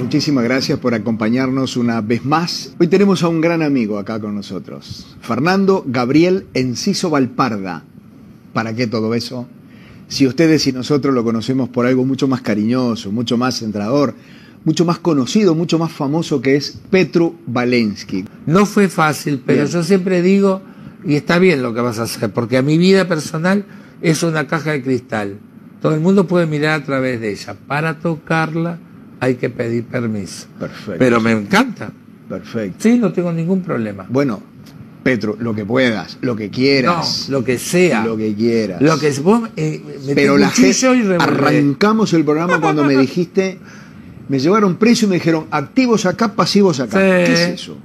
muchísimas gracias por acompañarnos una vez más. Hoy tenemos a un gran amigo acá con nosotros, Fernando Gabriel Enciso Valparda. ¿Para qué todo eso? Si ustedes y nosotros lo conocemos por algo mucho más cariñoso, mucho más centrador, mucho más conocido, mucho más famoso que es Petru Valensky. No fue fácil, pero bien. yo siempre digo, y está bien lo que vas a hacer, porque a mi vida personal es una caja de cristal. Todo el mundo puede mirar a través de ella. Para tocarla hay que pedir permiso. Perfecto. Pero me encanta. Perfecto. Sí, no tengo ningún problema. Bueno, Petro, lo que puedas, lo que quieras. No, lo que sea. Lo que quieras. Lo que vos eh, me Pero la gente, arrancamos el programa cuando me dijiste, me llevaron preso y me dijeron, activos acá, pasivos acá. Sí. ¿Qué es eso?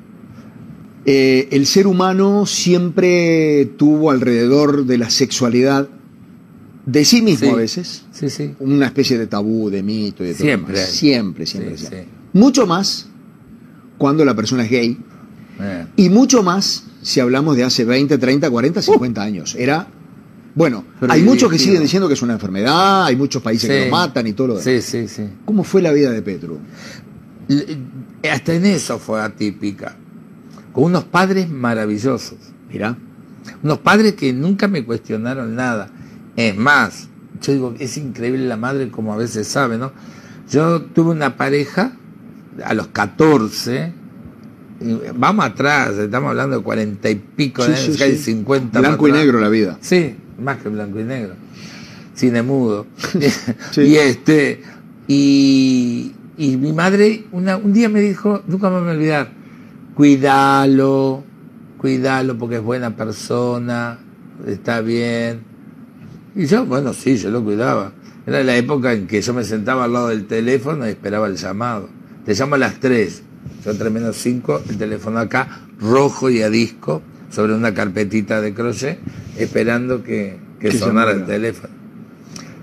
Eh, el ser humano siempre tuvo alrededor de la sexualidad de sí mismo Sí. a veces Sí, sí. una especie de tabú, de mito y de todo Siempre lo demás. hay. siempre, siempre, Sí, siempre. sí. Mucho más cuando la persona es gay Eh. y mucho más si hablamos de hace 20, 30, Uh. 40, 50 años. Era bueno, hay Prohibido. muchos que siguen diciendo que es una enfermedad, hay muchos países que Sí. lo matan y todo lo demás. Sí, sí, sí. ¿Cómo fue la vida de Petru? L- Hasta en eso fue atípica. Con unos padres maravillosos. Mirá, Unos padres que nunca me cuestionaron nada. Es más, yo digo, es increíble la madre como a veces sabe, ¿no? Yo tuve una pareja a los 14, y vamos atrás, estamos hablando de cuarenta y pico, Sí, de sí, años, casi sí. 50. blanco para y atrás. negro la vida. Sí, más que blanco y negro. Cine mudo. Sí. Y este. Y, y mi madre una- un día me dijo, nunca me voy a olvidar, cuídalo, cuídalo porque es buena persona, está bien. Y yo, bueno, sí, yo lo cuidaba. Era la época en que yo me sentaba al lado del teléfono y esperaba el llamado. Te llamo a las 3, yo entre menos 5, el teléfono acá, rojo y a disco, sobre una carpetita de crochet, esperando que, que Que sonara el llamara. teléfono.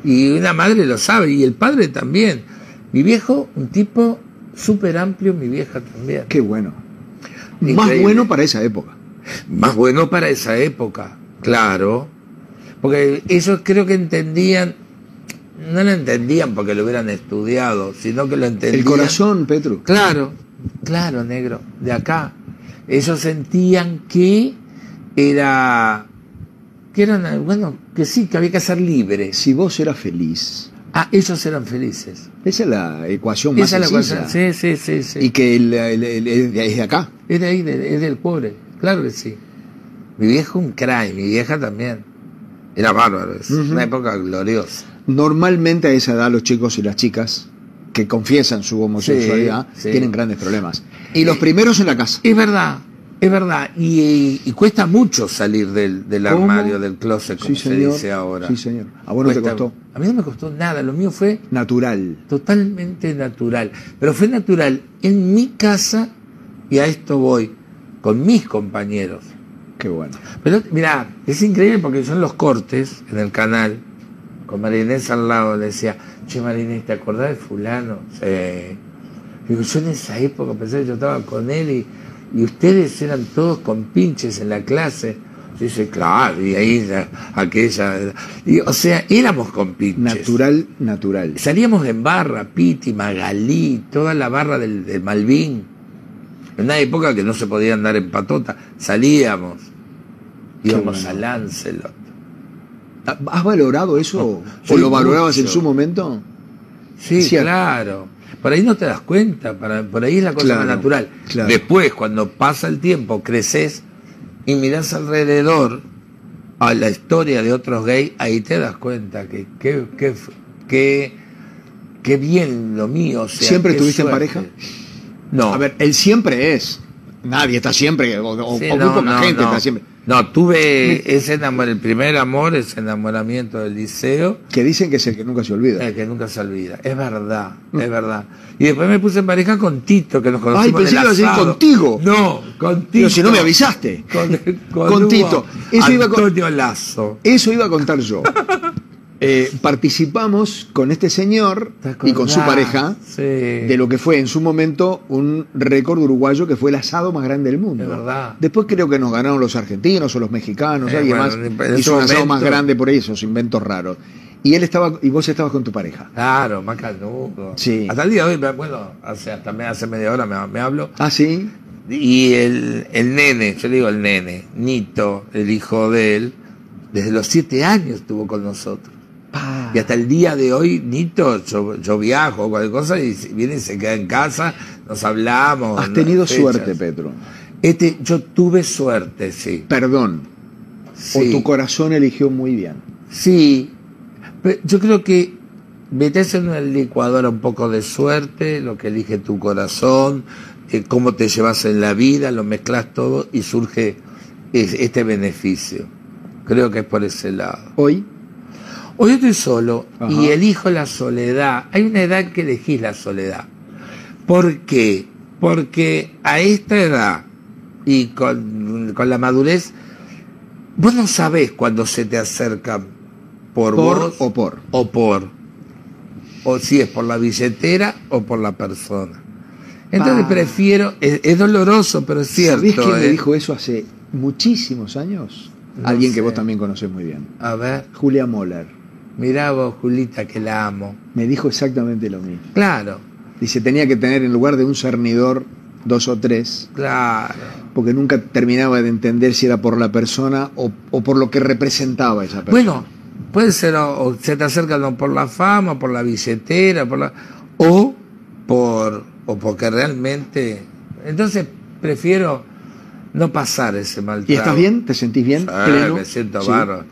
Y una madre lo sabe, y el padre también. Mi viejo, un tipo súper amplio, mi vieja también. Qué bueno. Más Increíble. bueno para esa época. más bueno para esa época, claro, porque ellos creo que entendían, no lo entendían porque lo hubieran estudiado, sino que lo entendían. El corazón, Petru. Claro, claro, negro, de acá. Ellos sentían que era, que eran, bueno, que sí, que había que ser libres. Si vos eras feliz, Ah, ellos eran felices. esa es la ecuación más Esa es la sencilla. cosa. Sí, sí, sí, sí. Y que el- el- el- el- es de acá. Es de ahí, de- es del pobre, claro que sí. Mi viejo un crack, mi vieja también. Era bárbaro, es Ujú. una época gloriosa. Normalmente a esa edad los chicos y las chicas que confiesan su homosexualidad Sí, sí. tienen grandes problemas. Y los primeros en la casa. Es verdad, es verdad. Y, y- y cuesta mucho salir del, del ¿Cómo? armario, del closet, como se dice ahora. Sí, señor. A vos no te Cuesta- costó. A mí no me costó nada, lo mío fue Natural. totalmente natural. Pero fue natural en mi casa y a esto voy, con mis compañeros. Qué bueno. Pero mirá, es increíble porque son los cortes en el canal. Con Marinés al lado le decía, che Marinés, ¿te acordás de fulano? Sí. Digo, yo en esa época pensé que yo estaba con él y, y ustedes eran todos con pinches en la clase. Dice, claro, y ahí la- aquella. y, o sea, éramos con pinches. Natural, natural. Salíamos en barra, Piti, Magalí, toda la barra del, del Malvin. En una época que no se podía andar en patota, salíamos. Qué Íbamos bueno. a Lancelot. ¿Has valorado eso? Sí, ¿O lo valorabas en mucho. su momento? Sí, Cierto. claro. Por ahí no te das cuenta, para- por ahí es la cosa Claro, más natural. claro. Después, cuando pasa el tiempo, creces y mirás alrededor a la historia de otros gays, ahí te das cuenta que qué que, que, que bien lo mío. o sea, ¿Siempre qué estuviste en suerte. pareja? No. A ver, él siempre es. Nadie está siempre, o, o- Sí, o muy poca gente no. está siempre. No, tuve ese enamor, el primer amor, ese enamoramiento del liceo, Que dicen que es el que nunca se olvida. el que nunca se olvida. Es verdad, es verdad. Y después me puse en pareja con Tito, que nos conocimos. Mm. Ay, pensé que ibas en el a decir asado. contigo. No, con Tito. Pero si no me avisaste. Con, con Con Hugo Tito. Eso iba con- Antonio Lazo. Eso iba a contar yo. Eh, participamos con este señor ¿Te acordás? y con su pareja Sí. de lo que fue en su momento un récord uruguayo que fue el asado más grande del mundo. Es verdad. Después creo que nos ganaron los argentinos o los mexicanos, Eh, alguien bueno, más en ese hizo un asado momento- más grande por ahí, esos inventos raros. Y él estaba, y vos estabas con tu pareja. Claro, más canudo. Sí. Hasta el día de hoy, bueno, hace, hasta me- hace media hora me, me hablo. Ah, sí. Y el, el nene, yo le digo el nene, Nito, el hijo de él, desde los siete años estuvo con nosotros. Pa. Y hasta el día de hoy, Nito, yo, yo viajo, cualquier cosa, y se- viene y se queda en casa, nos hablamos. Has ¿no? tenido Fechas. suerte, Pedro. Este, yo tuve suerte, sí. Perdón. Sí. O tu corazón eligió muy bien. Sí, Pe- yo creo que metes en una licuadora un poco de suerte, lo que elige tu corazón, eh, cómo te llevas en la vida, lo mezclas todo y surge es- este beneficio. Creo que es por ese lado. Hoy, Hoy estoy solo Ajá. y elijo la soledad. Hay una edad que elegís la soledad. ¿Por qué? Porque a esta edad y con, con la madurez, vos no sabés cuando se te acercan por, por vos o por. o por. O si es por la billetera o por la persona. Entonces Pa. prefiero, es, es doloroso, pero es Ah. cierto. ¿Sabés quién me ¿eh? dijo eso hace muchísimos años? No Alguien sé. que vos también conocés muy bien. A ver, Julia Moller. mirá vos, Julita, que la amo. Me dijo exactamente lo mismo. Claro, Dice, tenía que tener en lugar de un cernidor dos o tres, claro. porque nunca terminaba de entender si era por la persona o, o por lo que representaba esa persona. Bueno, puede ser o, o se te acercan o por la fama, por la billetera, por la o por o porque realmente entonces prefiero no pasar ese mal ¿Y estás trago. bien? ¿Te sentís bien? Sí, me siento Sí. bárbaro.